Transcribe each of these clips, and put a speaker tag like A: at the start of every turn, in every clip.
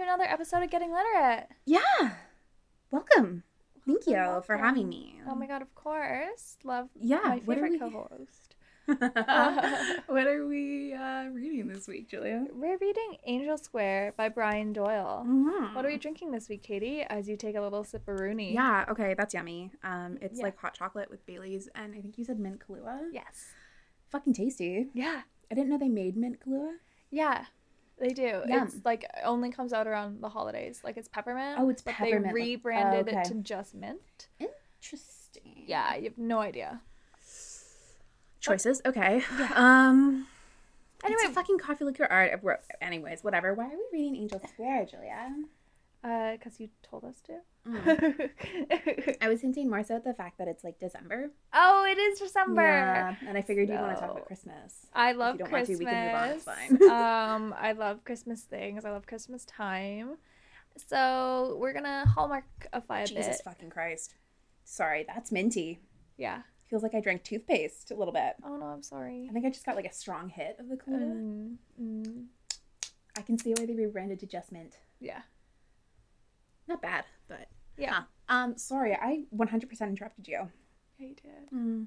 A: another episode of Getting Literate.
B: Yeah. Welcome. Thank you for having me.
A: Oh my god, of course. Love
B: Yeah,
A: my
B: what are
A: favorite
B: we-
A: co-host.
B: what are we uh, reading this week, Julia?
A: We're reading Angel Square by Brian Doyle.
B: Mhm.
A: What are we drinking this week, Katie? As you take a little sip of Rooney.
B: Yeah, okay, that's yummy. Um, it's
A: Yeah.
B: like hot chocolate with Bailey's, and I think you said mint Kahlua.
A: Yes.
B: Fucking tasty.
A: Yeah.
B: I didn't know they made mint Kahlua.
A: Yeah. They do.
B: Yum.
A: It's like only comes out around the holidays. Like it's peppermint.
B: Oh, it's
A: but
B: peppermint, like-
A: They rebranded
B: oh,
A: it
B: okay.
A: to just mint.
B: Interesting.
A: Yeah, you have no idea.
B: Choices. Okay. Um. Anyway,
A: Anyway-
B: fucking coffee liquor art. We're, anyways, whatever. Why are we reading Angel Square, Julia?
A: Uh, because you told us to.
B: Mm. Hmm. I was hinting more so at the fact that it's like December.
A: oh, it is December.
B: And I figured you'd want to talk
A: So-
B: about Christmas.
A: I love
B: don't want to,
A: Christmas.
B: we can move on. It's
A: um, I love Christmas things. I love Christmas time. So we're gonna hallmark a five
B: Jesus
A: bit.
B: fucking Christ. Sorry, that's minty.
A: Yeah.
B: Feels like I drank toothpaste a little bit.
A: Oh no, I'm sorry.
B: I think I just got like a strong hit of the Kahlua.
A: Mm, mm,
B: I can see why they rebranded to just mint.
A: yeah.
B: Not bad, but
A: Yeah.
B: Huh. um, sorry, I 100% interrupted you.
A: Yeah, you did.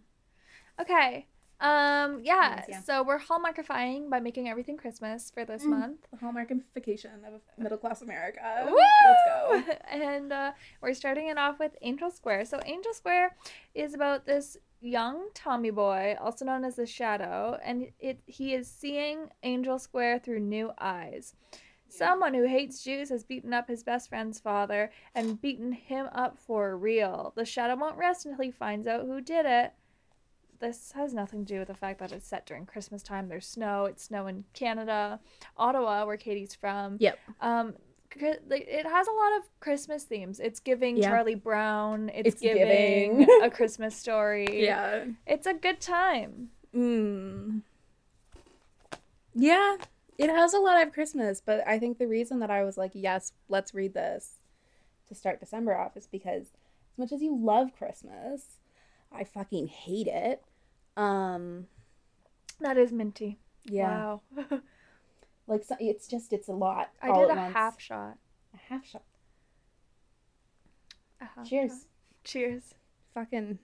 A: Okay. Um. Yeah.
B: Yes, Mm. yeah.
A: So we're hallmarkifying by making everything Christmas for this
B: Mm.
A: month.
B: The hallmarkification of middle class America.
A: Woo!
B: Let's go.
A: And uh, we're starting it off with Angel Square. So Angel Square is about this young Tommy boy, also known as the Shadow, and it he is seeing Angel Square through new eyes. Someone who hates Jews has beaten up his best friend's father and beaten him up for real. The Shadow won't rest until he finds out who did it. This has nothing to do with the fact that it's set during Christmas time. There's snow. It's snow in Canada, Ottawa, where Katie's from.
B: Yep.
A: Um, Chri- like it has a lot of Christmas themes. It's giving
B: Yeah.
A: Charlie Brown. It's,
B: It's
A: giving,
B: giving.
A: a Christmas story.
B: Yeah.
A: it's a good time.
B: Mm. Yeah, it has a lot of Christmas, but I think the reason that I was like, yes, let's read this to start December off is because as much as you love Christmas, I fucking hate it. Um,
A: That is minty.
B: yeah,
A: Wow.
B: like so, it's just it's a lot.
A: I
B: all
A: did
B: at
A: a
B: once.
A: half shot.
B: a half shot.
A: A half
B: Cheers,
A: shot. Cheers.
B: fucking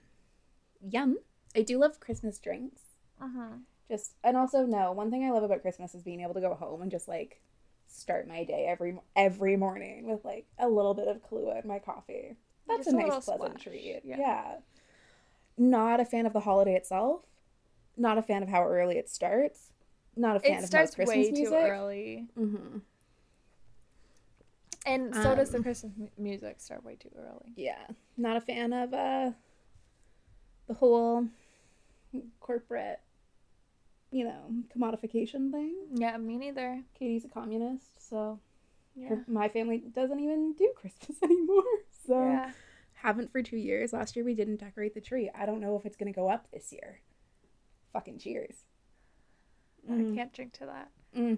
B: yum. I do love Christmas drinks.
A: Uh-huh.
B: Just and also no, one thing I love about Christmas is being able to go home and just like start my day every every morning with like a little bit of Kahlua in my coffee. That's
A: Just
B: a
A: a little
B: nice pleasant
A: splash,
B: treat.
A: yeah.
B: Yeah. Not a fan of the holiday itself. Not a fan of how early it starts. Not a fan
A: It
B: of most
A: starts
B: Christmas
A: way
B: music.
A: too early,
B: Mm-hmm.
A: and so does the
B: Um,
A: Christmas mu- music start way too early.
B: Yeah. Not a fan of uh the whole corporate you know, commodification thing.
A: Yeah, me neither.
B: Katie's a communist, so
A: Yeah.
B: Her- my family doesn't even do Christmas anymore. So
A: yeah.
B: haven't for two years. Last year we didn't decorate the tree. I don't know if it's gonna go up this year. Fucking cheers.
A: I
B: Mm,
A: can't drink to that.
B: mm.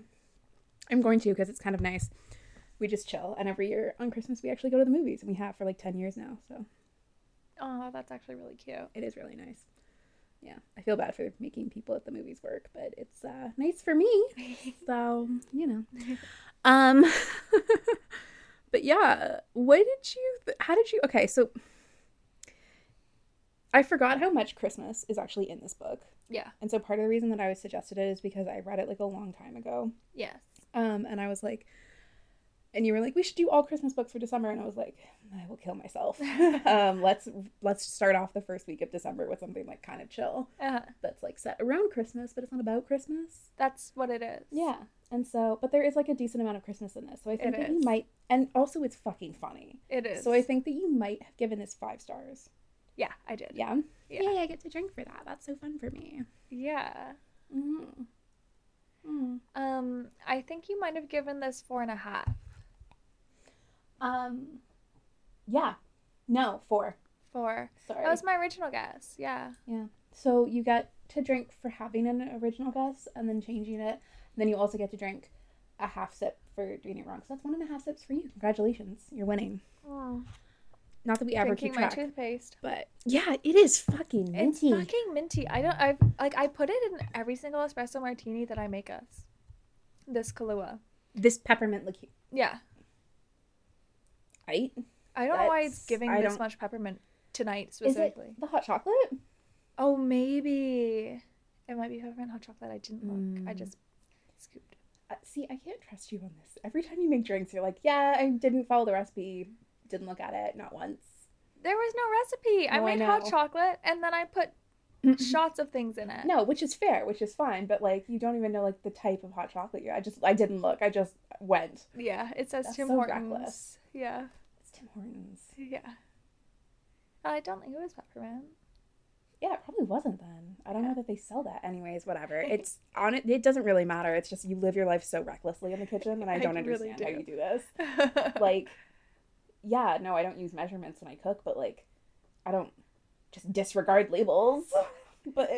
B: I'm going to because it's kind of nice. We just chill, and every year on Christmas we actually go to the movies, and we have for like ten years now. So
A: Oh, that's actually really cute.
B: it is really nice. Yeah, I feel bad for making people at the movies work, but it's uh, nice for me. So you know, um, but yeah, what did you? Th- how did you? Okay, so I forgot how much Christmas is actually in this book,
A: Yeah.
B: and so part of the reason that I was suggested it is because I read it like a long time ago,
A: Yes.
B: um, and I was like. And you were like, we should do all Christmas books for December, and I was like, I will kill myself. um, let's let's start off the first week of December with something like kind of chill
A: Uh,
B: that's like set around Christmas, but it's not about Christmas.
A: that's what it is.
B: Yeah. And so, but there is like a decent amount of Christmas in this. So I think
A: It
B: that you
A: is.
B: might, and also it's fucking funny.
A: It is.
B: So I think that you might have given this five stars.
A: Yeah, I did.
B: Yeah.
A: Yeah.
B: Yay, I get to drink for that. That's so fun for me.
A: Yeah.
B: Mm. Mm.
A: Um, I think you might have given this four and a half.
B: Um, yeah. No, four.
A: Four.
B: Sorry.
A: That was my original guess. Yeah.
B: So you get to drink for having an original guess and then changing it. And then you also get to drink a half sip for doing it wrong. So that's one and a half sips for you. Congratulations. You're winning. Not that we ever
A: Drinking
B: keep
A: my
B: track.
A: toothpaste.
B: But yeah, it is fucking
A: It's
B: minty.
A: fucking minty. I don't. I like. I put it in every single espresso martini that I make us. This Kahlua.
B: This peppermint liqueur.
A: Yeah.
B: height.
A: I don't know why it's
B: That's-
A: giving
B: I
A: this
B: don't-
A: much peppermint tonight
B: Is it
A: specifically.
B: the hot chocolate?
A: Oh, maybe it might be peppermint hot chocolate. I didn't look. I
B: Mm.
A: just scooped.
B: Uh, see, I can't trust you on this. Every time you make drinks, you're like, yeah, I didn't follow the recipe, didn't look at it, not once.
A: There was no recipe. I
B: No, I
A: made hot
B: know.
A: chocolate and then I put shots of things in it.
B: No, which is fair, which is fine, but like you don't even know like the type of hot chocolate. You, I just I didn't look. I just went.
A: Yeah, it says
B: That's
A: Tim
B: so
A: Hortons.
B: reckless.
A: Yeah,
B: It's Tim Hortons.
A: yeah. I don't think it was peppermint.
B: Yeah, it probably wasn't then. I don't
A: Yeah.
B: know that they sell that. Anyways, whatever. It's on it. It doesn't really matter. It's just you live your life so recklessly in the kitchen, and I
A: I
B: don't
A: really
B: understand how
A: do.
B: you do this. Like, yeah, no, I don't use measurements when I cook, but like, I don't just disregard labels. But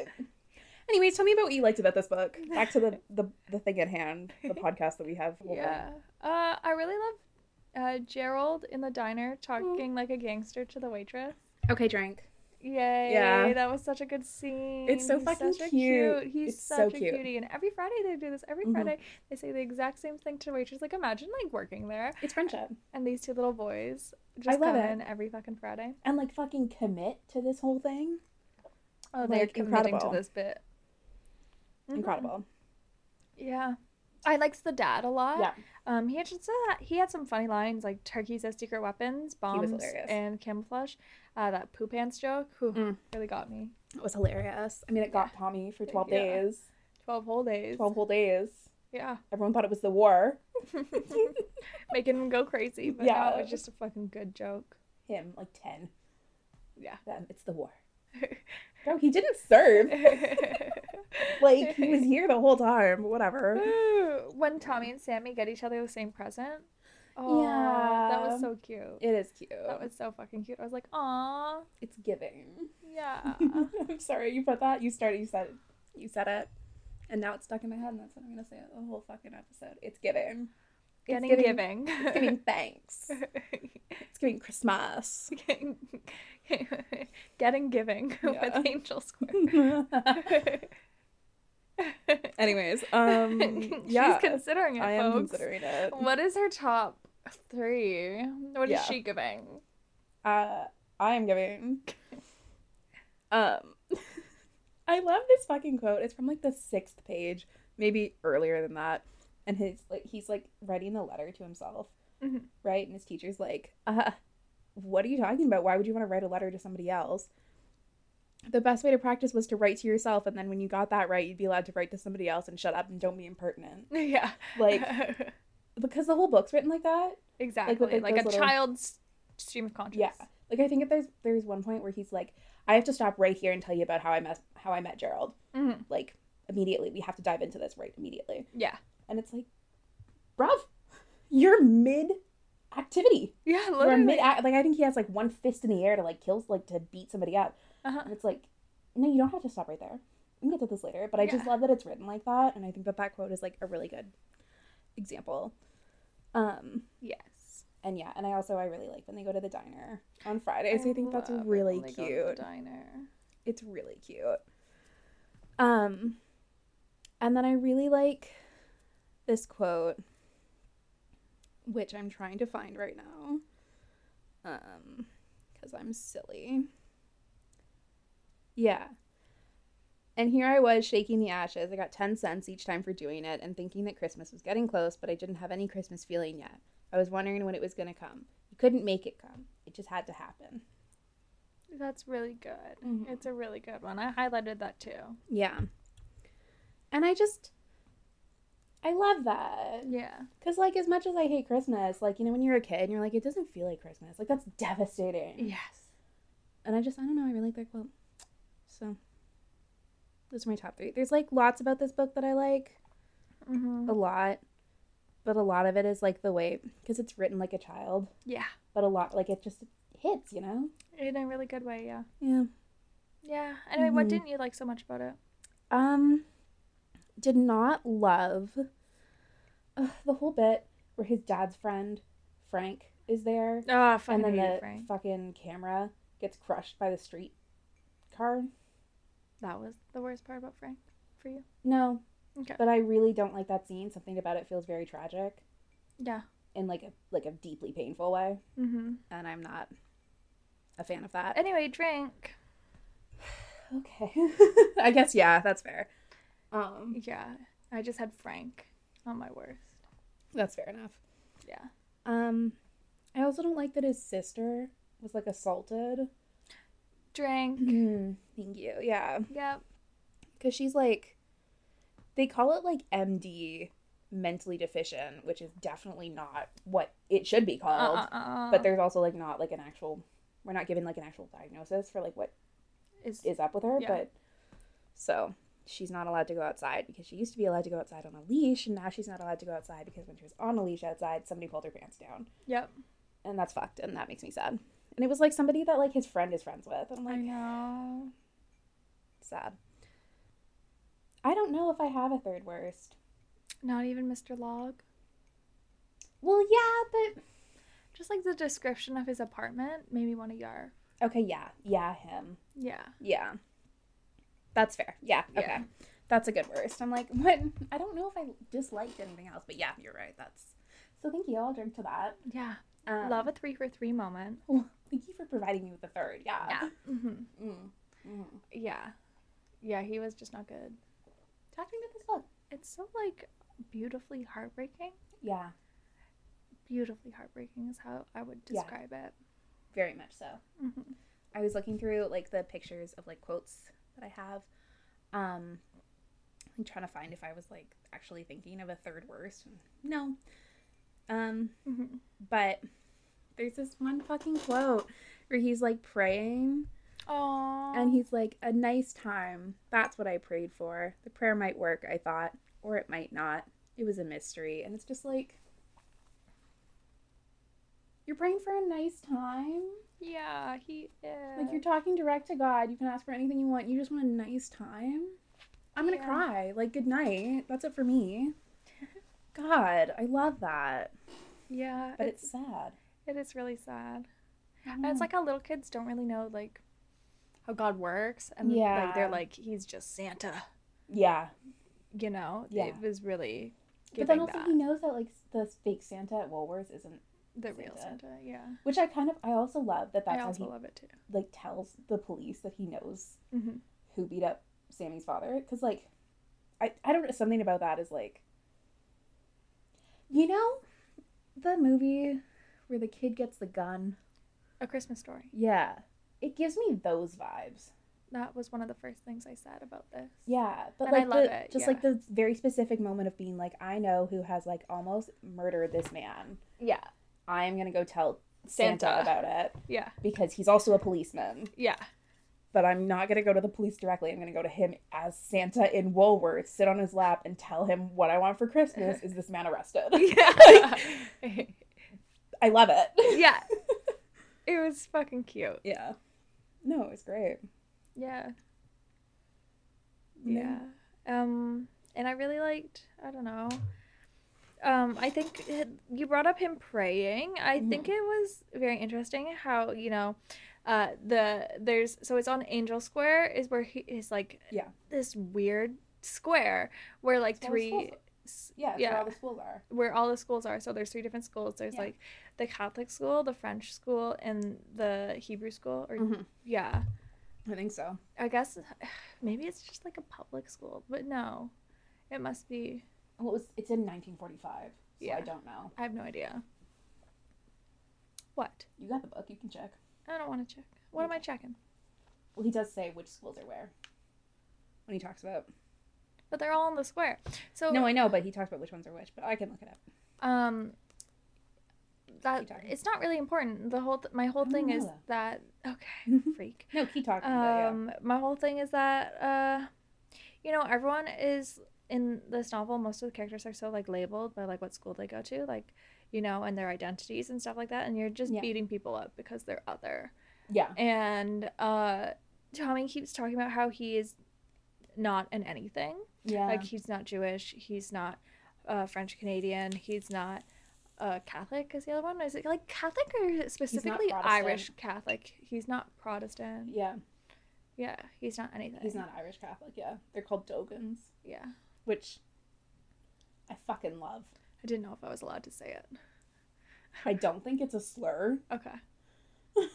B: anyways, tell me about what you liked about this book. Back to the the, the thing at hand, the podcast that we have.
A: yeah. Uh, I really love uh, Gerald in the diner
B: Mm.
A: talking like a gangster to the waitress.
B: Okay, drink.
A: Yay!
B: Yeah.
A: that was such a good scene.
B: It's so
A: He's
B: fucking
A: such a
B: cute.
A: He's
B: It's
A: such
B: so
A: a
B: cute.
A: cutie, and every Friday they do this. Every
B: Mhm.
A: Friday they say the exact same thing to the waitress. Like imagine like working there,
B: It's friendship.
A: and these two little boys just
B: love
A: come
B: it.
A: in every fucking Friday.
B: And like fucking commit to this whole thing.
A: Oh, they're
B: Like,
A: committing
B: incredible.
A: to this bit.
B: Mm-hmm.
A: Mhm.
B: Incredible.
A: Yeah. I liked the dad a lot.
B: Yeah.
A: Um, he had just uh, he had some funny lines like turkeys as secret weapons,
B: was
A: bombs,
B: hilarious.
A: and camouflage. Uh, that poop pants joke, whew,
B: Mm.
A: really got me.
B: It was hilarious. I mean, it got Tommy for 12
A: Yeah.
B: days.
A: Twelve whole days.
B: 12 whole days.
A: Yeah,
B: Everyone thought it was the war.
A: making him go crazy, but yeah,
B: Yeah.
A: it was just a fucking good joke.
B: Him, like 10.
A: Yeah.
B: Them, it's the war. Bro, he didn't serve. Like, he was here the whole time. Whatever.
A: Ooh, when Tommy and Sammy get each other the same present. Oh, that
B: Yeah.
A: was so cute.
B: It is cute.
A: That was so fucking cute. I was like, aw,
B: It's giving.
A: yeah.
B: I'm sorry you put that. You started, you said it. You said it. And now it's stuck in my head, and that's what I'm going to say the whole fucking episode. It's giving.
A: Getting
B: it's giving.
A: giving.
B: It's giving thanks. It's giving Christmas.
A: getting, getting giving
B: Yeah.
A: with Angel Square.
B: Anyways, um, yeah,
A: She's considering it,
B: I am
A: folks. Oh
B: considering it.
A: What is her top three? What is
B: Yeah.
A: she giving?
B: Uh, I am giving. Um, I love this fucking quote. It's from like the sixth page, maybe earlier than that. And his like, he's like writing a letter to himself,
A: Mhm.
B: right? And his teacher's like, uh, "What are you talking about? Why would you want to write a letter to somebody else?" The best way to practice was to write to yourself, and then when you got that right, you'd be allowed to write to somebody else and shut up and don't be impertinent.
A: Yeah.
B: Like, because the whole book's written like that.
A: exactly.
B: like,
A: Like, a
B: those little-
A: child's stream of consciousness.
B: Yeah. Like I think if there's there's one point where he's like, I have to stop right here and tell you about how I met how I met Gerald.
A: Mhm.
B: Like immediately, we have to dive into this right immediately.
A: Yeah.
B: And it's like, bruv, you're mid activity.
A: Yeah,
B: You're
A: literally.
B: mid like I think he has like one fist in the air to like kill like to beat somebody up.
A: Uh-huh.
B: And it's like, no, you don't have to stop right there. We can get to this later. But I just
A: Yeah.
B: love that it's written like that, and I think that that quote is like a really good example. Um,
A: Yes.
B: and yeah, and I also I really like when they go to the diner on Fridays. I, think that's
A: love it when
B: really
A: they go to the
B: cute.
A: diner.
B: It's really cute. Um and then I really like this quote which I'm trying to find right now. Um cuz I'm silly. Yeah. And here I was shaking the ashes. I got 10 cents each time for doing it and thinking that Christmas was getting close, but I didn't have any Christmas feeling yet. I was wondering when it was going to come. You couldn't make it come. It just had to happen.
A: That's really good.
B: Mhm.
A: It's a really good one. I highlighted that too.
B: Yeah. And I just I love that.
A: Yeah.
B: Cuz like as much as I hate Christmas, like you know when you're a kid and you're like it doesn't feel like Christmas. Like that's devastating.
A: Yes.
B: And I just I don't know, I really like that quote. So those are my top 3. There's like lots about this book that I like
A: hmm
B: a lot. But a lot of it is like the way cuz it's written like a child,
A: Yeah.
B: but a lot like it just hits, you know?
A: In a really good way, yeah.
B: Yeah.
A: Yeah. Anyway, what
B: Mhm.
A: didn't you like so much about it?
B: Um, did not love Ugh, the whole bit where his dad's friend Frank is there,
A: Oh,
B: and then the
A: Frank.
B: fucking camera gets crushed by the street car.
A: That was the worst part about Frank for you.
B: No,
A: Okay.
B: but I really don't like that scene. Something about it feels very tragic.
A: Yeah.
B: in like a like a deeply painful way,
A: Mm-hmm.
B: and I'm not a fan of that.
A: Anyway, drink.
B: Okay. I guess yeah, that's fair. Um,
A: Yeah, I just had Frank on my worst.
B: that's fair enough.
A: Yeah.
B: Um, I also don't like that his sister was like assaulted.
A: Drink.
B: Mm-hmm. Thank you. Yeah,
A: Yep.
B: because she's like, they call it like MD, mentally deficient, which is definitely not what it should be called.
A: Uh, uh, uh,
B: But there's also like not like an actual, we're not given like an actual diagnosis for like what
A: is
B: is up with her.
A: Yeah.
B: But so she's not allowed to go outside because she used to be allowed to go outside on a leash, and now she's not allowed to go outside because when she was on a leash outside, somebody pulled her pants down,
A: yep.
B: and that's fucked, and that makes me sad. And it was like somebody that like his friend is friends with, and I'm
A: I
B: like,
A: know.
B: sad. I don't know if I have a third worst.
A: Not even Mr. Log.
B: Well, yeah,
A: Just like the description of his apartment made me want to yarf.
B: but okay, yeah, yeah, him,
A: Yeah.
B: yeah. That's fair. Yeah, okay,
A: Yeah.
B: that's a good worst. I'm like, what? I don't know if I disliked anything else, but yeah, you're right. That's so. Thank you. I'll drink to that.
A: Yeah.
B: Um,
A: Love a three for three moment.
B: Thank you for providing me with a third. Yeah.
A: hmm
B: Mm. Mm.
A: Yeah. Yeah, he was just not good.
B: Talk to me about this book.
A: It's so like beautifully heartbreaking.
B: Yeah,
A: Beautifully heartbreaking is how I would
B: Yeah.
A: describe it.
B: very much so.
A: Mhm.
B: I was looking through like the pictures of like quotes that I have. Um like trying to find if I was like actually thinking of a third worst. No. Um
A: Mhm.
B: but there's this one fucking quote where he's like praying
A: Aw.
B: and he's like a nice time. That's what I prayed for. The prayer might work, I thought, or it might not. It was a mystery and it's just like you're praying for a nice time?
A: Yeah, he is.
B: Like you're talking direct to God. You can ask for anything you want. You just want a nice time. I'm gonna
A: Yeah.
B: cry. Like good night. That's it for me. God, I love that.
A: yeah,
B: But
A: it's,
B: it's sad. Mm.
A: it is really sad.
B: And
A: And it's like how little kids don't really know like how God works, and like
B: Yeah.
A: they're like he's just Santa,
B: yeah.
A: you know.
B: Yeah.
A: it was really
B: But
A: giving
B: then also
A: that
B: he knows that like the fake Santa at Woolworths isn't,
A: the real
B: Santa.
A: Santa. Yeah,
B: which I kind of I also love that
A: I
B: that's
A: also
B: how he
A: love it too.
B: like tells the police that he knows
A: Mhm.
B: who beat up Sammy's father because like I I don't know something about that is like you know the movie where the kid gets the gun
A: A Christmas Story.
B: Yeah. It gives me those vibes.
A: That was one of the first things I said about this.
B: Yeah. But
A: And I
B: like
A: love
B: the,
A: it,
B: just like the very specific moment of being like, I know who has like almost murdered this man.
A: yeah,
B: I'm gonna go tell Santa,
A: Santa.
B: about it
A: yeah,
B: because he's also a policeman.
A: yeah.
B: But I'm not gonna go to the police directly. I'm gonna go to him as Santa in Woolworth, sit on his lap and tell him what I want for Christmas is this man arrested.
A: Yeah.
B: I love it.
A: yeah. It was fucking cute.
B: Yeah. No, it was great.
A: Yeah.
B: No.
A: Yeah. Um and I really liked, I don't know. Um I think it, you brought up him praying. I
B: Mm-hmm.
A: think it was very interesting how, you know, uh the there's so it's on Angel Square is where he is like
B: Yeah.
A: this weird square where like
B: It's where the
A: three
B: schools- Yeah, it's where
A: Yeah.
B: all the schools are.
A: where all the schools are. So there's three different schools. There's
B: Yeah.
A: like the Catholic school, the French school, and the Hebrew school or
B: Mm-hmm.
A: yeah.
B: I think so.
A: I guess maybe it's just like a public school, but no, it must be.
B: Well, it was, it's in 1945, so
A: Yeah.
B: I don't know.
A: I have no idea. What?
B: You got the book. You can check.
A: I don't want to check. What am I checking?
B: Well, he does say which schools are where when he talks about.
A: But they're all on the square. So
B: No, I know, but he talks about which ones are which. But I can look it up.
A: um, that
B: Keep talking. Ah.
A: it's not really important. The whole th- my whole
B: I
A: thing
B: don't
A: is
B: know
A: that okay, freak.
B: No, keep talking.
A: Um, my whole thing is that uh, you know, everyone is in this novel. Most of the characters are so like labeled by like what school they go to, like you know, and their identities and stuff like that. And you're just
B: Yeah.
A: beating people up because they're other.
B: yeah.
A: And uh, Tommy keeps talking about how he is not in anything.
B: yeah, yeah,
A: Like he's not Jewish. He's not uh, French Canadian. He's not. Uh, Catholic is the other one. Is it like Catholic or specifically
B: Protestant.
A: Irish Catholic? He's not Protestant.
B: yeah.
A: Yeah, he's not anything.
B: He's not Irish Catholic. Yeah, they're called Dogans,
A: Yeah,
B: which I fucking love.
A: I didn't know if I was allowed to say it.
B: I don't think it's a slur.
A: Okay.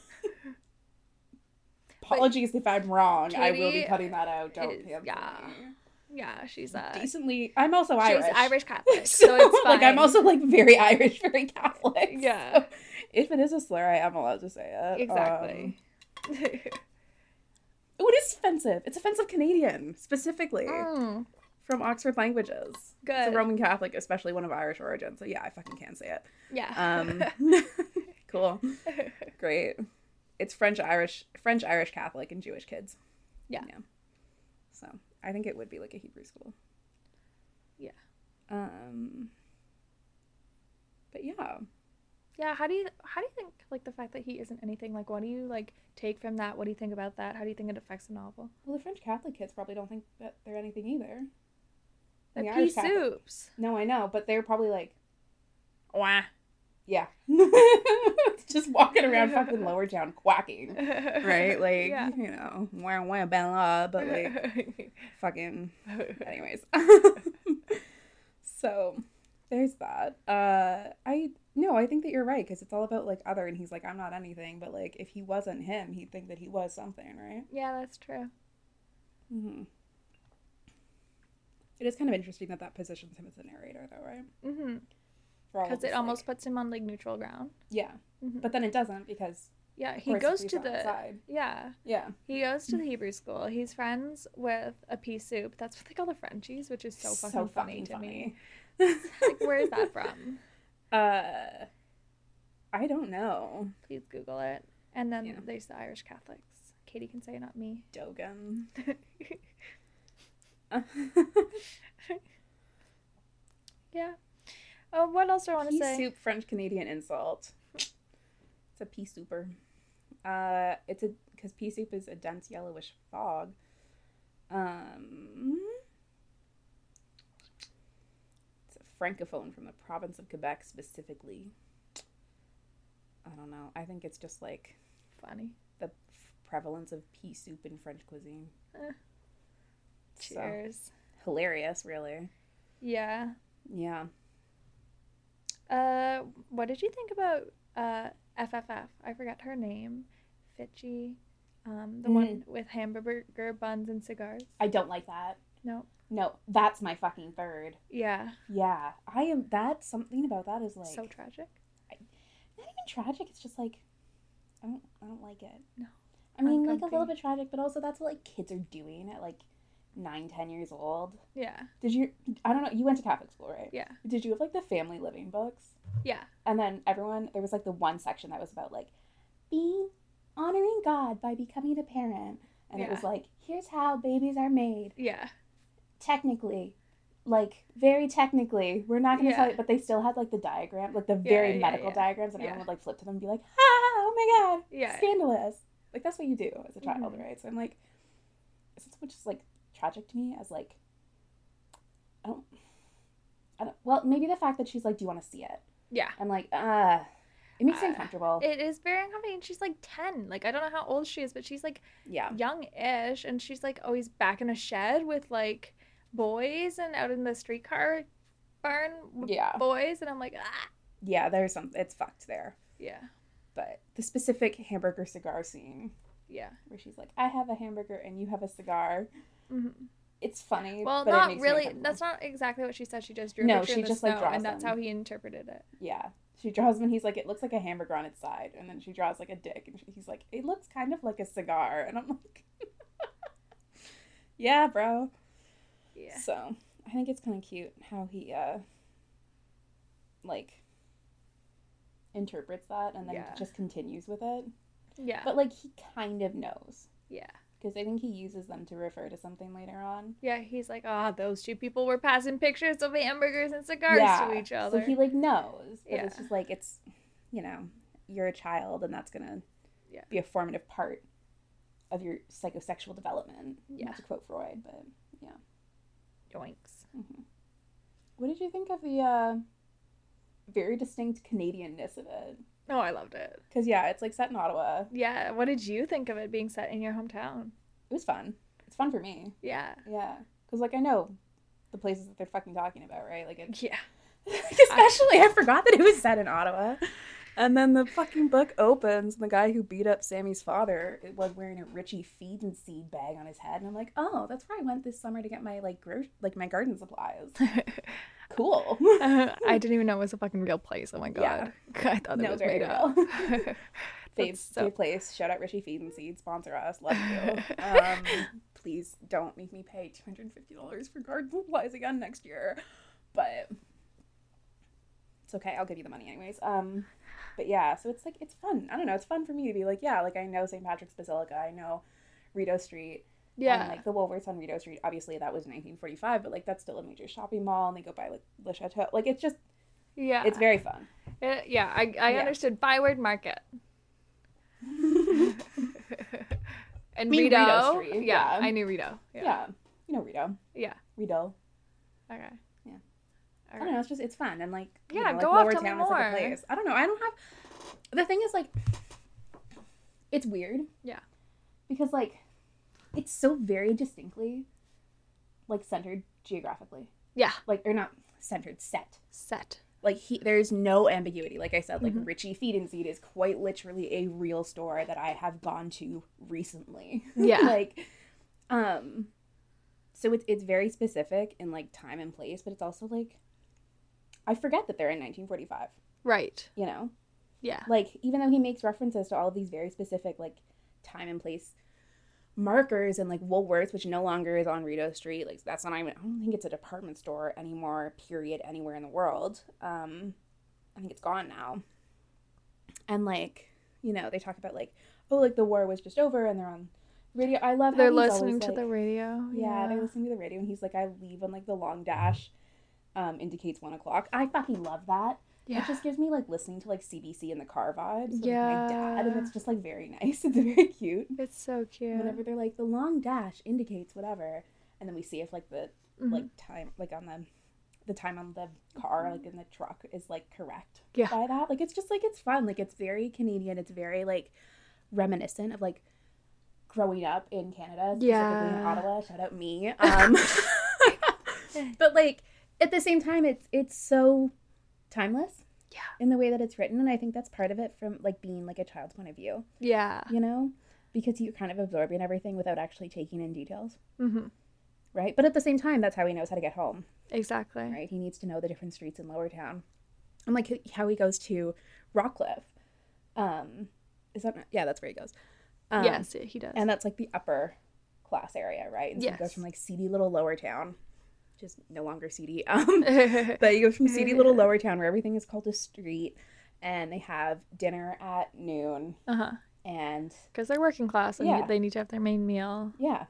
B: Apologies if I'm wrong. I will be
A: Katie
B: cutting that out. Don't
A: is-
B: cancel
A: yeah.
B: me.
A: Yeah, she's uh
B: Decently, I'm also Irish.
A: she's Irish Catholic, so, it's fine.
B: like I'm also like very Irish, very Catholic.
A: Yeah.
B: so if it is a slur, I am allowed to say it. Um,
A: exactly. Mm,
B: oh, it is offensive. It's offensive Canadian specifically
A: Mm,
B: from Oxford languages. It's
A: good.
B: a Roman Catholic, especially one of Irish origin. So yeah, I fucking can say it.
A: yeah.
B: Um, cool, great. It's French Irish, French Irish Catholic, and Jewish kids.
A: Yeah.
B: yeah. So I think it would be like a Hebrew school.
A: Yeah.
B: Um. But yeah.
A: yeah. How do you how do you think like the fact that he isn't anything like what do you like take from that? What do you think about that? How do you think it affects the novel?
B: Well, the French Catholic kids probably don't think that they're anything either.
A: The
B: The
A: pea
B: Irish Catholic.
A: soups.
B: No, I know, but they're probably like,
A: Wah.
B: yeah, just walking around fucking Lower Town quacking, right? Like,
A: yeah.
B: you know, wah wah bella, but like, fucking. Anyways, so there's that. Uh, I no, I think that you're right because it's all about like other, and he's like, I'm not anything, but like if he wasn't him, he'd think that he was something, right?
A: yeah, that's true.
B: Mm-hmm. It is kind of interesting that that positions him as the narrator, though, right?
A: Because
B: For all of this,
A: Mm-hmm, it
B: like-
A: almost puts him on like neutral ground.
B: yeah,
A: Mhm.
B: but then it doesn't because
A: Yeah,
B: of
A: he
B: course,
A: goes
B: he's
A: to
B: not
A: the
B: outside.
A: yeah.
B: yeah.
A: He goes to the Hebrew school. He's friends with a pea soup. That's what they call the Frenchies, which is so fucking funny to me. Like, where is that from?
B: uh, I don't know.
A: Please Google it. And then
B: Yeah.
A: there's the Irish Catholics. Katie can say, not me.
B: Dogan.
A: yeah. Oh, what else do I want to
B: pea
A: say?
B: soup French Canadian insult. It's a pea souper. Uh, it's a because pea soup is a dense yellowish fog. Um, it's a francophone from the province of Quebec specifically. I don't know. I think it's just like
A: Funny.
B: the f- prevalence of pea soup in French cuisine.
A: Eh.
B: So,
A: Cheers.
B: hilarious, really.
A: Yeah.
B: Yeah.
A: Uh, what did you think about uh FFF? I forgot her name. Fitchy. Um, the one
B: Mm.
A: with hamburger buns and cigars.
B: I don't like that.
A: No.
B: No, that's my fucking third.
A: Yeah.
B: Yeah, I am. That something about that is like
A: so tragic.
B: not even tragic. It's just like I don't, I don't like it.
A: No.
B: I mean, like a
A: Uncomfy.
B: little bit tragic, but also that's what like kids are doing at like nine, ten years old.
A: Yeah.
B: Did you? I don't know. You went to Catholic school, right?
A: Yeah.
B: Did you have like the family living books?
A: Yeah.
B: And then everyone there was like the one section that was about like being honoring God by becoming a parent, and it
A: Yeah.
B: was like here's how babies are made
A: Yeah.
B: technically like very technically we're not going to tell
A: Yeah.
B: you but they still had like the diagram like the very
A: yeah,
B: medical
A: yeah.
B: diagrams and
A: Yeah.
B: everyone would like flip to them and be like ah oh my god
A: Yeah.
B: scandalous like that's what you do as a child
A: Mhm.
B: right so i'm like is it so much just like tragic to me as like i don't i don't well maybe the fact that she's like do you want to see it
A: Yeah.
B: i'm like ah it makes me
A: Uh,
B: uncomfortable
A: It is very uncomfortable. and She's like 10. Like, I don't know how old she is, but she's like
B: yeah
A: young ish. And she's like always back in a shed with like boys and out in the streetcar barn with
B: yeah
A: boys. And I'm like, ah.
B: yeah there's some it's fucked there
A: Yeah.
B: but the specific hamburger cigar scene
A: Yeah.
B: where she's like, "I have a hamburger and you have a cigar."
A: hmm
B: It's funny.
A: Well,
B: but it
A: not
B: makes me
A: really.
B: uncomfortable.
A: That's not exactly what she said. She just drew a
B: No,
A: picture
B: she
A: in the
B: just,
A: snow,
B: like, draws
A: and that's
B: them.
A: how he interpreted it.
B: yeah. She draws when he's like, "It looks like a hamburger on its side," and then she draws like a dick, and she, he's like, "It looks kind of like a cigar," and I'm like, "Yeah, bro."
A: Yeah.
B: So I think it's kind of cute how he uh like interprets that and then
A: Yeah.
B: just continues with it.
A: Yeah.
B: But like he kind of knows
A: yeah.
B: because I think he uses them to refer to something later on.
A: Yeah. He's like, ah, those two people were passing pictures of hamburgers and cigars to each other.
B: So he like knows, but it's
A: Yeah.
B: just like it's, you know, you're a child, and that's gonna
A: Yeah.
B: be a formative part of your psychosexual development.
A: Yeah.
B: Not to quote Freud, but
A: Yoinks.
B: mhm. what did you think of the uh, very distinct Canadianness of it?
A: No, Oh, I loved it.
B: Because yeah, it's like set in Ottawa. It
A: Yeah. What did you think of it being set in your hometown?
B: was fun. It's fun for me.
A: Yeah.
B: Yeah, because like I know the places that they're fucking talking about, right? Like it,
A: Yeah.
B: Especially, I forgot that it was set in Ottawa. And then the fucking book opens, and the guy who beat up Sammy's father was wearing a Richie feed and seed bag on his head, and I'm like, oh, that's where I went this summer to get my like gro- like my garden supplies. Cool.
A: Uh, I didn't even know it was a fucking real place. Oh my
B: Yeah.
A: god. I thought that
B: No,
A: was
B: very
A: made up.
B: Fave,
A: That's so-
B: fave place. Shout out Richie Feed and Seed. Sponsor us. Love you. Um, please don't make me pay two hundred fifty dollars for garden supplies again next year. But it's okay. I'll give you the money anyways. Um, but yeah, so it's like it's fun. I don't know. It's fun for me to be like, yeah, like I know St. Patrick's Basilica. I know Rideau Street. And,
A: yeah.
B: like the Woolworths on Rideau Street, obviously that was 1945, but like that's still a major shopping mall, and they go by like Le Chateau. Like it's just,
A: yeah.
B: it's very fun.
A: Uh, yeah, I, I
B: Yeah.
A: understood Byward Market. and
B: I mean,
A: Rito.
B: Rideau Street,
A: yeah,
B: yeah.
A: I knew Rito.
B: Yeah.
A: Yeah.
B: You know Rideau.
A: Yeah.
B: Rideau.
A: Okay.
B: Yeah.
A: All
B: I don't know. It's just it's fun and like you
A: Yeah,
B: know,
A: go
B: like,
A: off,
B: lower
A: tell me
B: town is like a
A: more.
B: place. I don't know. I don't have the thing is like it's weird.
A: Yeah.
B: because like it's so very distinctly like centered geographically.
A: Yeah.
B: Like or not centered set.
A: Set.
B: Like he, there's no ambiguity. Like I said, like
A: Mhm.
B: Richie Feed and Seed is quite literally a real store that I have gone to recently.
A: Yeah.
B: like, um, so it's it's very specific in like time and place, but it's also like, I forget that they're in 1945.
A: Right.
B: You know,
A: Yeah.
B: like even though he makes references to all of these very specific like time and place markers and like Woolworths, which no longer is on Rideau Street, like that's not even I don't think it's a department store anymore, period, anywhere in the world. Um I think it's gone now. And like, you know, they talk about like, oh like the war was just over and they're on radio. I love how
A: They're
B: he's always,
A: listening to
B: like-
A: the radio.
B: yeah, they're listening to the radio, and he's like, "I leave on like the long dash, um, indicates one o'clock." I fucking love that.
A: Yeah.
B: It just gives me like listening to like CBC in the car vibes with
A: Yeah.
B: like, my dad, and it's just like very nice. It's very cute.
A: It's so cute.
B: Whenever they're like, "The long dash indicates whatever," and then we see if like the
A: Mhm.
B: like time like on the the time on the car like in the truck is like correct
A: Yeah.
B: by that like it's just like it's fun like it's very canadian it's very like reminiscent of like growing up in canada specifically in
A: Yeah.
B: ottawa shout out me um but like at the same time it's it's so timeless
A: Yeah.
B: in the way that it's written and i think that's part of it from like being like a child's point of view
A: yeah.
B: you know because you're kind of absorbing everything without actually taking in details
A: hmm
B: right but at the same time that's how he knows how to get home
A: Exactly.
B: right? He needs to know the different streets in Lower Town. And like h- how he goes to Rockcliffe. Um, is that yeah, that's where he goes. Um,
A: yes, yeah, he does.
B: And that's like the upper class area, right? And so he
A: Yes.
B: goes from like seedy little Lower Town, which is no longer seedy. Um,
A: Uh-huh,
B: but he goes from seedy little Lower Town where everything is called a street and they have dinner at noon
A: uh-huh.
B: and
A: Because they're working class and
B: Yeah.
A: they need to have their main meal.
B: Yeah.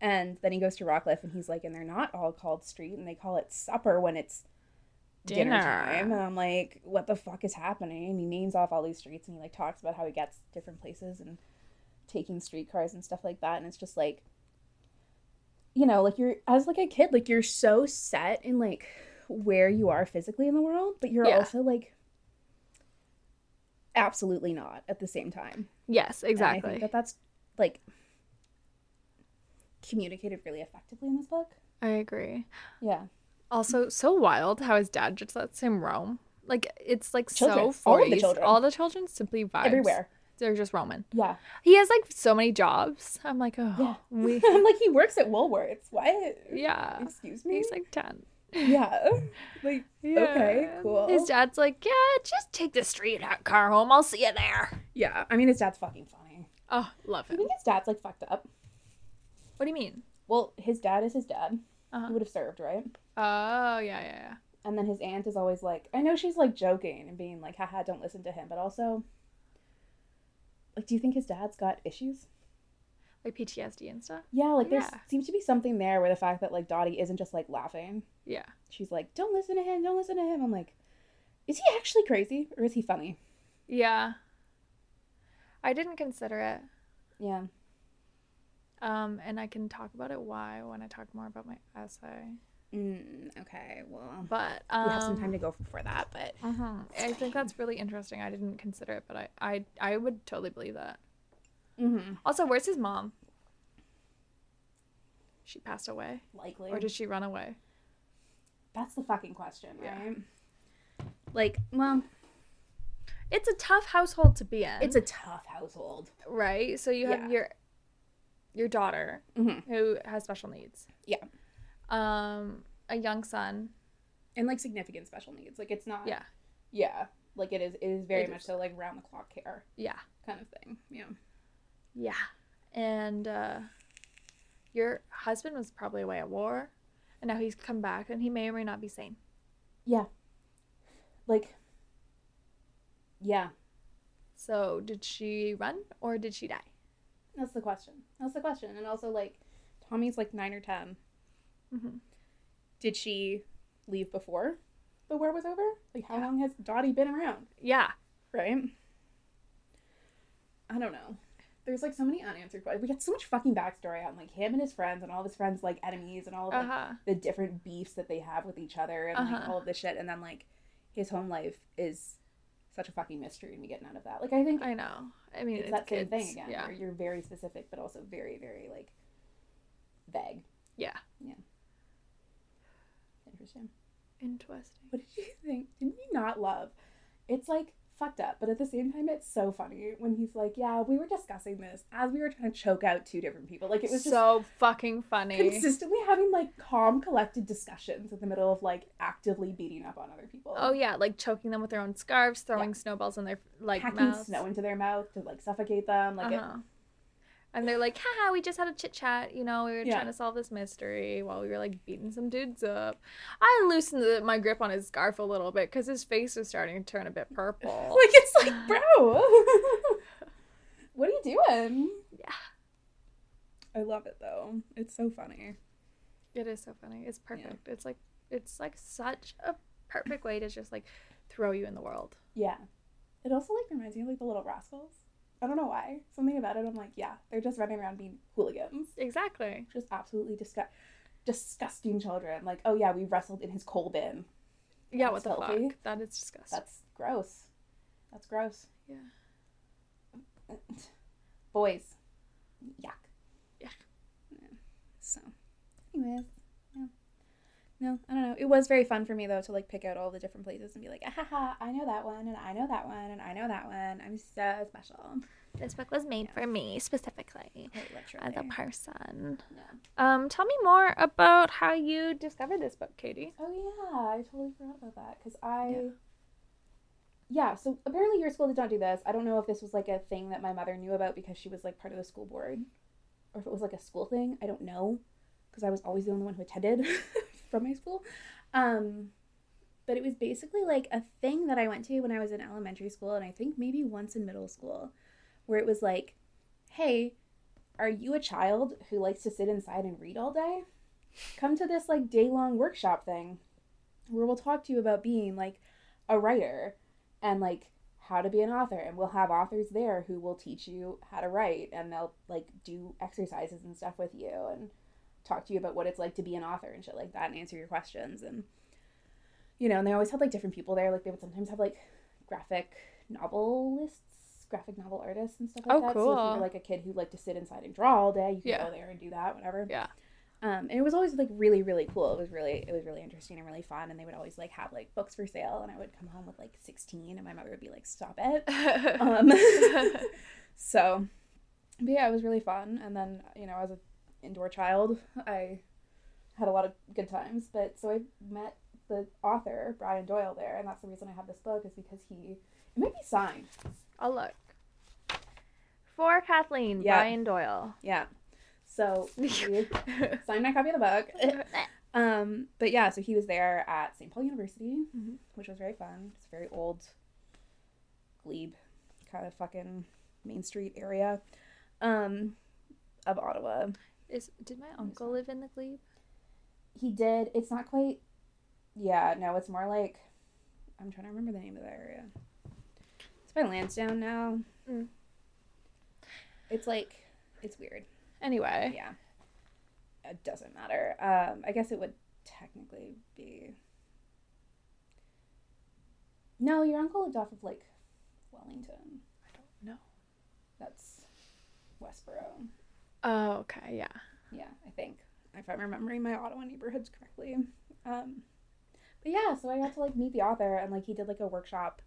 B: And then he goes to Rockcliffe and he's like, and they're not all called street and they call it supper when it's dinner,
A: Dinner.
B: time. And I'm like, what the fuck is happening? And he names off all these streets and he like talks about how he gets different places and taking streetcars and stuff like that. And it's just like, you know, like you're as like a kid, like you're so set in like where you are physically in the world, but you're
A: Yeah.
B: also like absolutely not at the same time.
A: Yes,
B: And I
A: exactly.
B: think that that's like communicated really effectively in this book.
A: I agree.
B: Yeah.
A: Also, so wild how his dad just lets him roam. Like it's like
B: Children.
A: so
B: All of the
A: 40s.
B: children.
A: All the children simply vibes.
B: Everywhere.
A: They're just roaming.
B: Yeah.
A: He has like so many jobs. I'm like, oh,
B: Yeah.
A: we,
B: I'm like, he works at Woolworths. What?
A: yeah.
B: Excuse me?
A: He's like ten.
B: yeah. Like, Okay,
A: Yeah.
B: cool.
A: His dad's like, yeah, just take the street hot car home. I'll see you there.
B: yeah. I mean, his dad's fucking funny.
A: Oh, love
B: I
A: him.
B: think his dad's like fucked up.
A: What do you mean?
B: Well, his dad is his dad.
A: Uh-huh.
B: He would have served, right?
A: Oh, yeah, yeah, yeah.
B: And then his aunt is always like, I know she's like joking and being like, haha, don't listen to him. But also, like, do you think his dad's got issues?
A: Like PTSD and stuff.
B: Yeah. Like, there
A: Yeah.
B: seems to be something there where the fact that like Dottie isn't just like laughing.
A: Yeah.
B: she's like, "Don't listen to him. Don't listen to him." I'm like, "Is he actually crazy or is he funny?"
A: Yeah. I didn't consider it.
B: Yeah,
A: Um, and I can talk about it why when I talk more about my essay.
B: mm, okay. Well,
A: But
B: we
A: um,
B: have some time to go before that, but
A: mhm. I think that's really interesting. I didn't consider it, but I, I, I would totally believe that.
B: mm-hmm,
A: Also, where's his mom? She passed away,
B: likely.
A: or did she run away?
B: That's the fucking question,
A: Yeah.
B: right? Like, well,
A: It's a tough household to be in.
B: it's a tough household.
A: right. So you have
B: Yeah.
A: your your daughter
B: Mm-hmm.
A: who has special needs.
B: Yeah.
A: Um, a young son.
B: And like significant special needs. Like it's not
A: Yeah.
B: Yeah. Like it is it is very
A: It
B: much
A: is.
B: so like round the clock care
A: Yeah.
B: kind of thing. Yeah.
A: Yeah. And uh, your husband was probably away at war, and now he's come back, and he may or may not be sane.
B: Like Yeah.
A: So did she run or did she die?
B: That's the question. That's the question. And also like Tommy's like nine or ten. Mm-hmm.
A: Mhm.
B: Did she leave before the war was over? Like how
A: Yeah.
B: long has Dottie been around?
A: Yeah.
B: Right? I don't know. There's like so many unanswered questions. We got so much fucking backstory on like him and his friends and all of his friends like enemies and all of
A: Uh
B: like
A: huh.
B: the different beefs that they have with each other and like
A: Uh-huh.
B: all of this shit and then like his home life is such a fucking mystery and we get none of that like i think
A: I know. I mean,
B: it's
A: it's
B: that same
A: kids.
B: thing again
A: Yeah.
B: where you're very specific but also very very like vague
A: Yeah.
B: interesting
A: Interesting.
B: what did you think didn't you not love it's like fucked up but at the same time it's so funny when he's like yeah we were discussing this as we were trying to choke out two different people like it was just
A: so fucking funny.
B: consistently having like calm collected discussions in the middle of like actively beating up on other people
A: Oh yeah, like choking them with their own scarves, throwing snowballs in their like
B: packing
A: mouths.
B: snow into their mouth to like suffocate them. Like, it-
A: Uh-huh. And they're like, haha, we just had a chit chat. You know, we were
B: Yeah.
A: trying to solve this mystery while we were like beating some dudes up. I loosened the, my grip on his scarf a little bit because his face was starting to turn a bit purple.
B: like it's like, bro, what are you doing?
A: Yeah.
B: I love it though. It's so funny.
A: it is so funny. It's perfect. It's like it's like such a perfect way to just like throw you in the world.
B: Yeah. It also like reminds me of like the Little Rascals. I don't know why. Something about it. I'm like, yeah, they're just running around being hooligans,
A: Exactly.
B: just absolutely disgust, disgusting children. Like, oh yeah, we wrestled in his coal bin.
A: Yeah,
B: That's
A: what the
B: filthy.
A: fuck? That is disgusting.
B: That's gross. That's gross.
A: Yeah.
B: Boys. Yuck.
A: Yuck.
B: Yeah. So, anyways, yeah. No, I don't know. It was very fun for me though to like pick out all the different places and be like, ah, ha, ha, I know that one, and I know that one, and I know that one. I'm so special.
A: This book was made for me specifically
B: Quite literally.
A: as a person.
B: Yeah.
A: Um, tell me more about how you discovered this book, Katie.
B: Oh yeah, I totally forgot about that because I. Yeah. so apparently your school did not do this. I don't know if this was like a thing that my mother knew about because she was like part of the school board, or if it was like a school thing. I don't know, because I was always the only one who attended from my school. Um, but it was basically like a thing that I went to when I was in elementary school, and I think maybe once in middle school, where it was like, "Hey, are you a child who likes to sit inside and read all day?" come to this like day long workshop thing where we'll talk to you about being like a writer and like how to be an author and we'll have authors there who will teach you how to write and they'll like do exercises and stuff with you and talk to you about what it's like to be an author and shit like that and answer your questions and you know and they always had like different people there like they would sometimes have like graphic novelists graphic novel artists and stuff like
A: Oh,
B: that so if
A: cool.
B: you were like a kid who liked to sit inside and draw all day you could
A: Yeah.
B: go there and do that whatever
A: Yeah.
B: um, and it was always like really, really cool. It was really, it was really interesting and really fun. And they would always like have like books for sale, and I would come home with like sixteen, and my mother would be like, "Stop it." Um, so, but yeah, it was really fun. And then you know, as an indoor child, I had a lot of good times. But so I met the author Brian Doyle there, and that's the reason I have this book is because he it might be signed.
A: I'll Oh, look. For Kathleen,
B: Yeah.
A: Brian Doyle.
B: Yeah. So he signed my copy of the book. Um, but yeah, so he was there at St. Paul University,
A: Mhm.
B: which was very fun. It's a very old, glebe kind of fucking Main Street area um, of Ottawa.
A: Is did my uncle live in the glebe?
B: He did, it's not quite, yeah, no, it's more like, I'm trying to remember the name of the area. It's by Lansdowne now.
A: Mm.
B: It's like, it's weird.
A: Anyway.
B: Yeah. It doesn't matter. Um, I guess it would technically be. No, your uncle lived off of like Wellington.
A: I don't know.
B: That's Westboro.
A: Oh, okay, yeah.
B: Yeah, I think. If I'm remembering my Ottawa neighborhoods correctly. Um, But yeah, so I got to like meet the author and like he did like a workshop.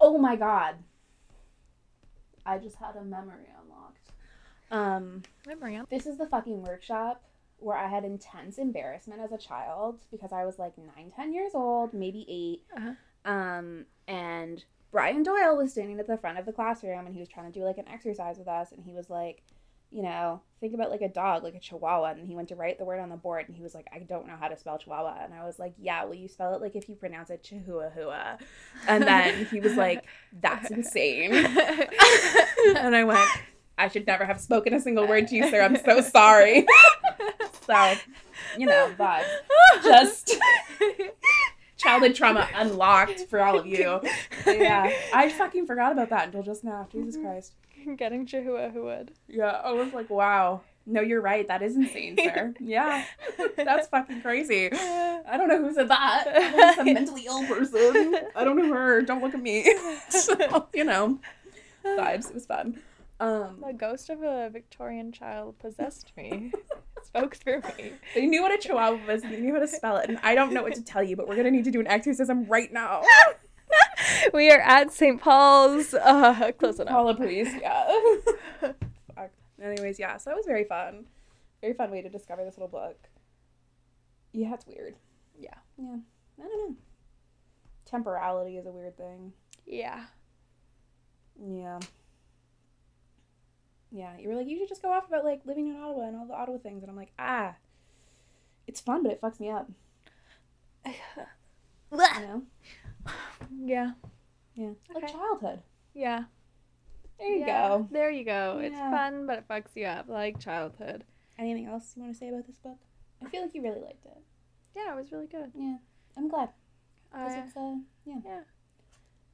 B: Oh my god. I just had a memory unlocked. Um
A: Memory on.
B: this is the fucking workshop where I had intense embarrassment as a child because I was like nine, ten years old, maybe 8
A: Uh-huh.
B: Um, and Brian Doyle was standing at the front of the classroom and he was trying to do like an exercise with us. And he was like, you know, think about like a dog, like a chihuahua. And he went to write the word on the board and he was like, I don't know how to spell chihuahua. And I was like, yeah, well, you spell it like if you pronounce it chihuahua. And then he was like, that's insane and I went, I should never have spoken a single word to you, sir. I'm so sorry. so, you know, vibes. Just childhood trauma unlocked for all of you. Yeah. I fucking forgot about that until just now. Jesus Christ.
A: Getting chihuahua
B: Mm-hmm. Yeah. I was like, wow. No, you're right. That is insane, sir. Yeah. That's fucking crazy. I don't know who said that. Probably some mentally ill person. I don't know her. Don't look at me. So, you know, vibes. It was fun. Um,
A: The ghost of a Victorian child possessed me. Spoke through me.
B: They knew what a chihuahua was. They knew how to spell it. And I don't know what to tell you, but we're gonna need to do an exorcism right now.
A: We are at St. Paul's. Uh, close enough.
B: Paula Priest, yeah. Fuck. Anyways, yeah. So that was very fun. Very fun way to discover this little book. Yeah, it's weird. Yeah, yeah. I don't know. Temporality is a weird thing.
A: Yeah.
B: Yeah. Yeah, you were like, you should just go off about like living in Ottawa and all the Ottawa things, and I'm like, ah, it's fun, but it fucks me up. You know?
A: Yeah.
B: Yeah. Like
A: Okay.
B: childhood.
A: Yeah.
B: There you
A: Yeah.
B: go.
A: There you go. It's
B: Yeah.
A: fun, but it fucks you up, like childhood.
B: Anything else you want to say about this book? I feel like you really liked it.
A: Yeah, it was really good.
B: Yeah, I'm glad.
A: I,
B: it's, uh, yeah.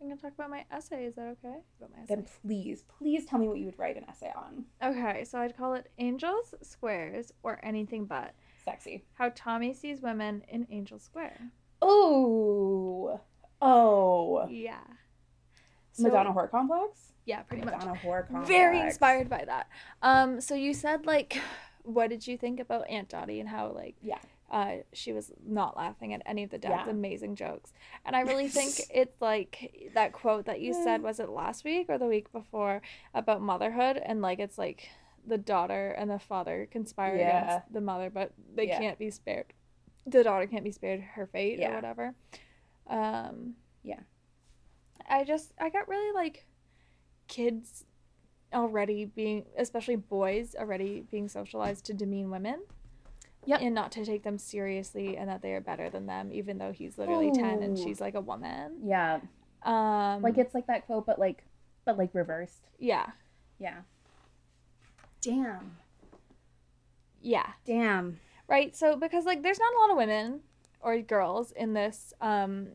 A: I'm gonna talk about my essay. Is that okay? About my essay.
B: Then please, please tell me what you would write an essay on.
A: Okay, so I'd call it Angels, Squares, or Anything But.
B: Sexy.
A: How Tommy sees women in Angel Square.
B: Oh, oh.
A: Yeah.
B: Madonna horror complex.
A: Yeah, pretty much.
B: Madonna horror complex.
A: Very inspired by that. Um, so you said like, what did you think about Aunt Dottie and how like,
B: Yeah.
A: uh, she was not laughing at any of the dad's
B: Yeah.
A: amazing jokes. And I really think it's like that quote that you said was it last week or the week before about motherhood and like it's like the daughter and the father conspire
B: Yeah.
A: against the mother, but they
B: Yeah.
A: can't be spared. The daughter can't be spared her fate
B: Yeah.
A: or whatever. Um,
B: Yeah.
A: I just I got really like kids already being especially boys already being socialized to demean women
B: Yep.
A: and not to take them seriously and that they are better than them even though he's literally 10 and
B: Ooh.
A: she's like a woman
B: Yeah.
A: um
B: Oh. Like it's like that quote, but like, but like reversed.
A: yeah
B: Yeah. Damn.
A: yeah
B: Damn.
A: right so because like there's not a lot of women or girls in this um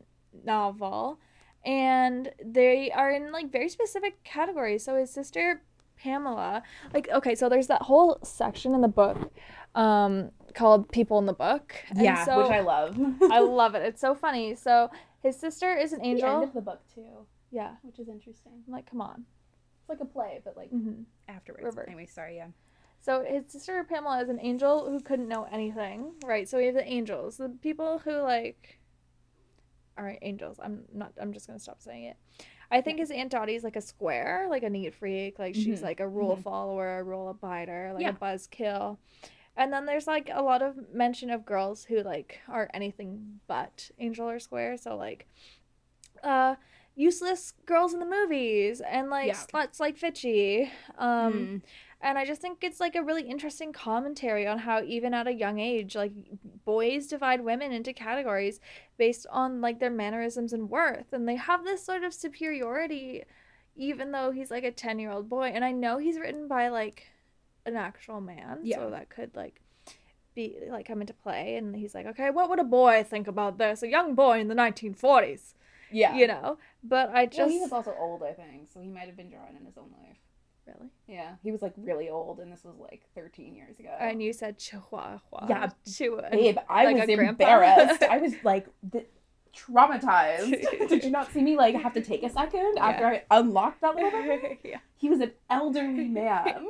A: novel and they are in like very specific categories so his sister pamela like okay so there's that whole section in the book um called people in the book And
B: Yeah,
A: so
B: which I love.
A: I love it it's so funny so his sister is an
B: the end
A: angel
B: of the book too,
A: yeah
B: which is interesting.
A: i'm like come on
B: It's like a play, but like
A: hmm
B: afterwards.
A: Reverse.
B: Anyway, sorry. Yeah.
A: So his sister Pamela is an angel who couldn't know anything, right? So we have the angels, the people who like. All right, angels. I'm not. I'm just gonna stop saying it. I think his aunt Dottie's like a square, like a neat freak. Like she's
B: Mhm.
A: like a rule
B: Mhm.
A: follower, a rule abider, like
B: Yeah.
A: a buzzkill. And then there's like a lot of mention of girls who like are anything but angel or square. So like, uh, useless girls in the movies and like
B: Yeah.
A: sluts like Fitchy. Um.
B: Mm.
A: And I just think it's like a really interesting commentary on how even at a young age, like boys divide women into categories based on like their mannerisms and worth. And they have this sort of superiority even though he's like a 10-year-old boy. And I know he's written by like an actual man,
B: Yeah.
A: so that could like be like come into play and he's like, "Okay, what would a boy think about this? A young boy in the 1940s."
B: yeah.
A: You know? But I
B: Well,
A: just
B: he was also old, I think, so he might have been drawing in his own life.
A: really.
B: Yeah, he was like really old, and this was like 13 years ago.
A: And you said chihuahua.
B: Yeah,
A: Chihuahua.
B: Babe, I
A: like
B: was
A: a grandpa.
B: embarrassed. I was like th- traumatized. Did you not see me like have to take a second after I unlocked that little bit?
A: yeah.
B: He was an elderly man.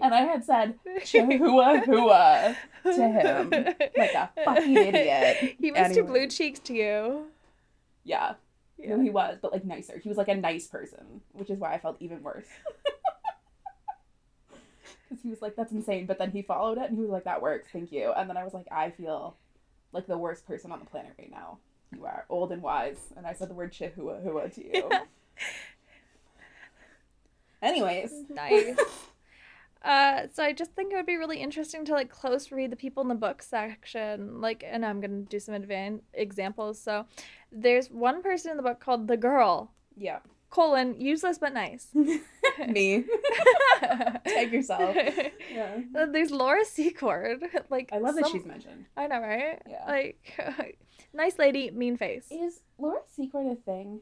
B: and I had said Chihuahua Hua to him like a fucking idiot.
A: He was too
B: Anyway.
A: blue cheeks to you.
B: Yeah,
A: Yeah.
B: no, he was, but like nicer. He was like a nice person, which is why I felt even worse. Because he was like, "That's insane," but then he followed it, and he was like, "That works, thank you." And then I was like, "I feel like the worst person on the planet right now. You are old and wise," and I said the word Chihuahua Hua to you. Anyways,
A: nice. Uh, so I just think it would be really interesting to like close read the people in the book section, like, and I'm gonna do some advan examples. So, there's one person in the book called the girl
B: yeah,
A: colon useless but nice.
B: me. Tag yourself. Yeah.
A: Uh, there's Laura Secord, like
B: I love that
A: some-
B: she's mentioned.
A: I know, right?
B: Yeah.
A: Like, nice lady, mean face.
B: Is Laura Secret a thing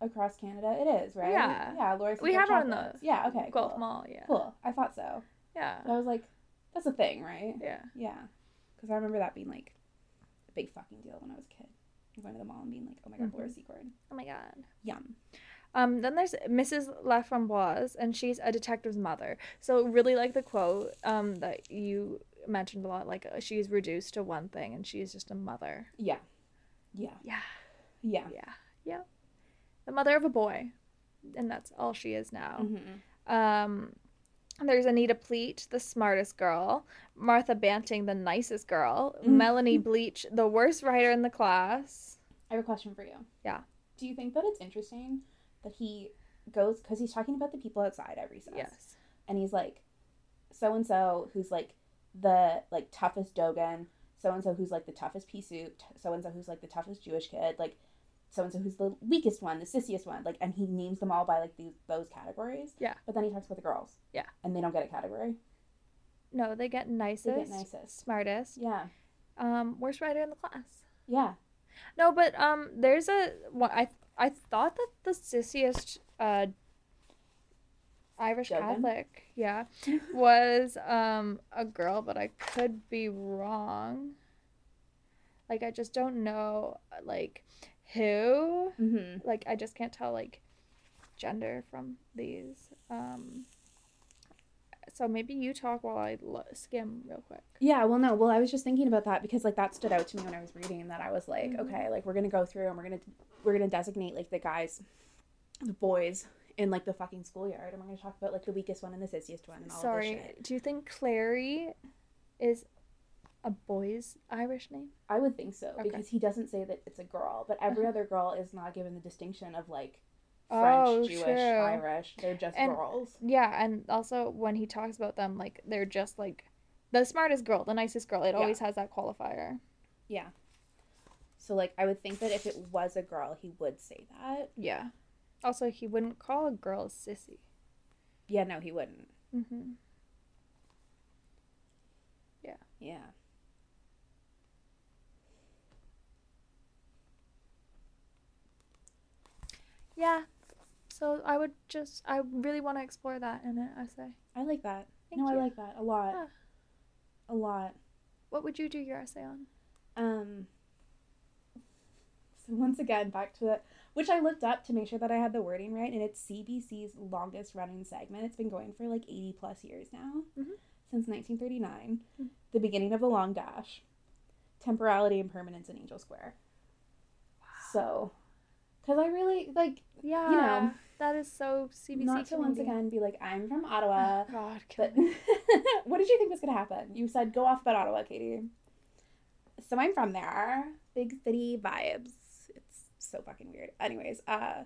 B: across Canada? It is, right?
A: Yeah.
B: Yeah, Laura Secret.
A: We have her on
B: chocolates.
A: the
B: Yeah, okay.
A: Guelph
B: cool.
A: Mall, yeah,
B: Cool. I thought so.
A: yeah,
B: But I was like, that's a thing, right?
A: yeah.
B: Yeah. Because I remember that being like a big fucking deal when I was a kid. Going to the mall and being like, oh my god,
A: Mhm.
B: Laura Secret.
A: Oh my god.
B: Yum.
A: Um, then there's Mrs. Laframboise, and she's a detective's mother. So really like the quote um, that you mentioned a lot, like uh, she's reduced to one thing, and she's just a mother.
B: Yeah. Yeah.
A: Yeah,
B: Yeah.
A: yeah, yeah. The mother of a boy, and that's all she is now.
B: Mhm.
A: Um, there's Anita Pleat, the smartest girl. Martha Banting, the nicest girl.
B: Mhm.
A: Melanie Bleach, the worst writer in the class.
B: I have a question for you.
A: Yeah.
B: Do you think that it's interesting that he goes, because he's talking about the people outside every recess.
A: Yes.
B: and he's like so and so who's like the like toughest dogan so and so who's like the toughest pea soup so and so who's like the toughest jewish kid like so and so who's the weakest one the sissiest one like and he names them all by like these those categories
A: Yeah.
B: but then he talks about the girls
A: Yeah.
B: and they don't get a category
A: No, they get nicest,
B: nicest.
A: smartest,
B: yeah
A: um, worst writer in the class.
B: yeah
A: No, but um, there's a one. I I thought that the sissiest uh, Irish
B: Dublin?
A: Catholic, yeah, was um a girl, but I could be wrong. Like I just don't know, like who.
B: mm-hmm.
A: Like I just can't tell like gender from these. Um, so maybe you talk while I lo- skim real quick.
B: Yeah, well, no, well, I was just thinking about that because like that stood out to me when I was reading that I was like,
A: Mhm.
B: okay, like we're gonna go through and we're gonna we're gonna designate like the guys, the boys in like the fucking schoolyard, and we're gonna talk about like the weakest one and the sissiest one and all Sorry. this
A: Sorry,
B: shit.
A: do you think Clary is a boy's Irish name?
B: I would think so
A: Okay.
B: because he doesn't say that it's a girl, but every
A: Uh-huh.
B: other girl is not given the distinction of like French,
A: Oh,
B: Jewish,
A: true.
B: Irish. They're just
A: And-
B: girls.
A: Yeah, and also when he talks about them, like they're just like the smartest girl, the nicest girl. It
B: Yeah.
A: always has that qualifier.
B: Yeah. So like I would think that if it was a girl, he would say that.
A: Yeah. Also, he wouldn't call a girl a sissy.
B: Yeah, no, he wouldn't.
A: Mm-hmm.
B: Yeah.
A: Yeah. So I would just, I really want to explore that in an essay.
B: I like that.
A: Thank
B: no,
A: you.
B: I like that a lot.
A: Yeah.
B: A lot.
A: What would you do your essay on?
B: Um, so once again, back to the which I looked up to make sure that I had the wording right, and it's CBC's longest running segment. It's been going for like eighty plus years now,
A: Mhm.
B: since nineteen thirty nine,
A: Mhm.
B: the beginning of the long dash, temporality and permanence in Angel Square. So, because I really like
A: Yeah. that is so CBC.
B: not to once
A: community.
B: again be like I'm from Ottawa,
A: Oh, God, kill
B: but
A: me.
B: what did you think was gonna happen? You said go off about Ottawa, Katie. So I'm from there. Big city vibes. It's so fucking weird. Anyways, uh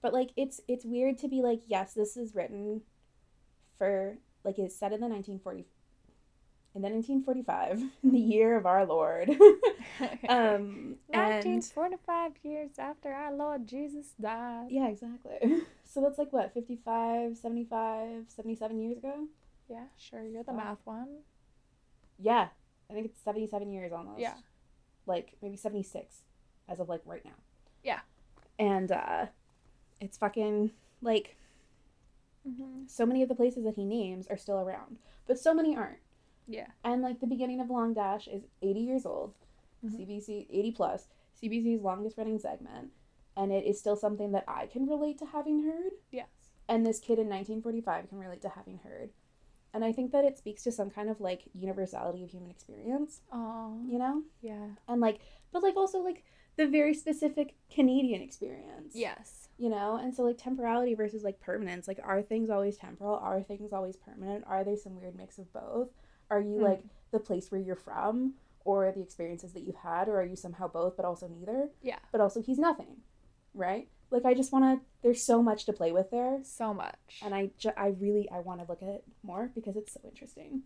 B: but like it's it's weird to be like, yes, this is written for like it's set in the nineteen forty in the nineteen forty five, in the year of our Lord. um and
A: 1945 years after our Lord Jesus died.
B: yeah, exactly. So that's like what, 55, 75, 77 years ago?
A: Yeah, sure. You're the
B: Wow.
A: math one.
B: Yeah, I think it's seventy-seven years almost.
A: Yeah.
B: like maybe seventy-six, as of like right now.
A: Yeah.
B: and uh, it's fucking like
A: Mm-hmm.
B: so many of the places that he names are still around, but so many aren't.
A: Yeah.
B: And like the beginning of Long Dash is eighty years old,
A: Mhm.
B: CBC eighty plus CBC's longest running segment, and it is still something that I can relate to having heard.
A: Yes.
B: and this kid in 1945 can relate to having heard. And I think that it speaks to some kind of like universality of human experience,
A: Oh,
B: you know?
A: yeah.
B: And like, but like also like the very specific Canadian experience.
A: Yes.
B: You know? And so like temporality versus like permanence. Like, are things always temporal? Are things always permanent? Are they some weird mix of both? Are you
A: Hmm.
B: like the place where you're from or the experiences that you've had? Or are you somehow both but also neither?
A: Yeah.
B: But also, he's nothing, right? Like, I just wanna, there's so much to play with there
A: So much.
B: and I, ju- I really I want to look at it more because it's so interesting.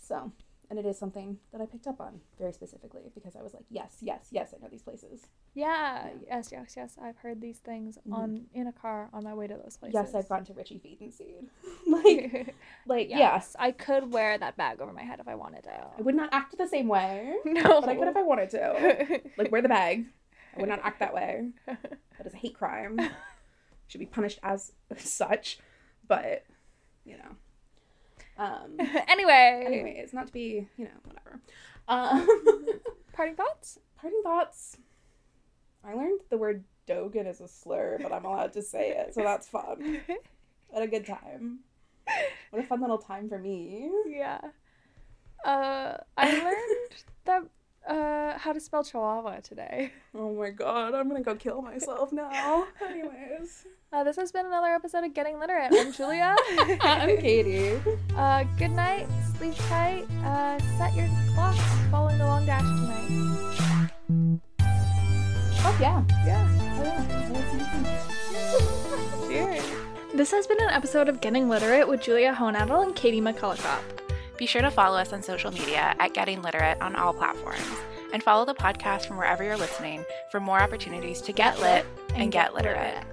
B: So, and it is something that I picked up on very specifically because I was like, yes, yes, yes, I know these places.
A: yeah.
B: Yeah.
A: Yes. Yes. Yes. I've heard these things
B: Mhm.
A: on in a car on my way to those places.
B: Yes, I've gone to Richie Feed and Seed. like, like yes,
A: yes. I could wear that bag over my head if I wanted to.
B: I would not act the same way,
A: No.
B: but I could if I wanted to. Like, wear the bag. I would not act that way. That is a hate crime. Should be punished as such, but you know. Um.
A: anyway,
B: Anyway, it's not to be you know whatever. Um.
A: parting thoughts?
B: Parting thoughts. I learned the word Dogan is a slur, but I'm allowed to say it, so that's fun. What a good time. What a fun little time for me.
A: yeah. Uh, I learned that uh, how to spell chihuahua today.
B: Oh my god, I'm gonna go kill myself now. Anyways.
A: Uh, this has been another episode of Getting Literate. I'm Julia.
B: I'm Katie.
A: uh, good night. Sleep tight. Uh, set your clocks following the long dash tonight.
B: Oh yeah.
A: Yeah.
B: Oh, yeah.
A: Cheers. This has been an episode of Getting Literate with Julia Honadel and Katie McCullough.
C: Be sure to follow us on social media at Getting Literate on all platforms and follow the podcast from wherever you're listening for more opportunities to get lit and get literate.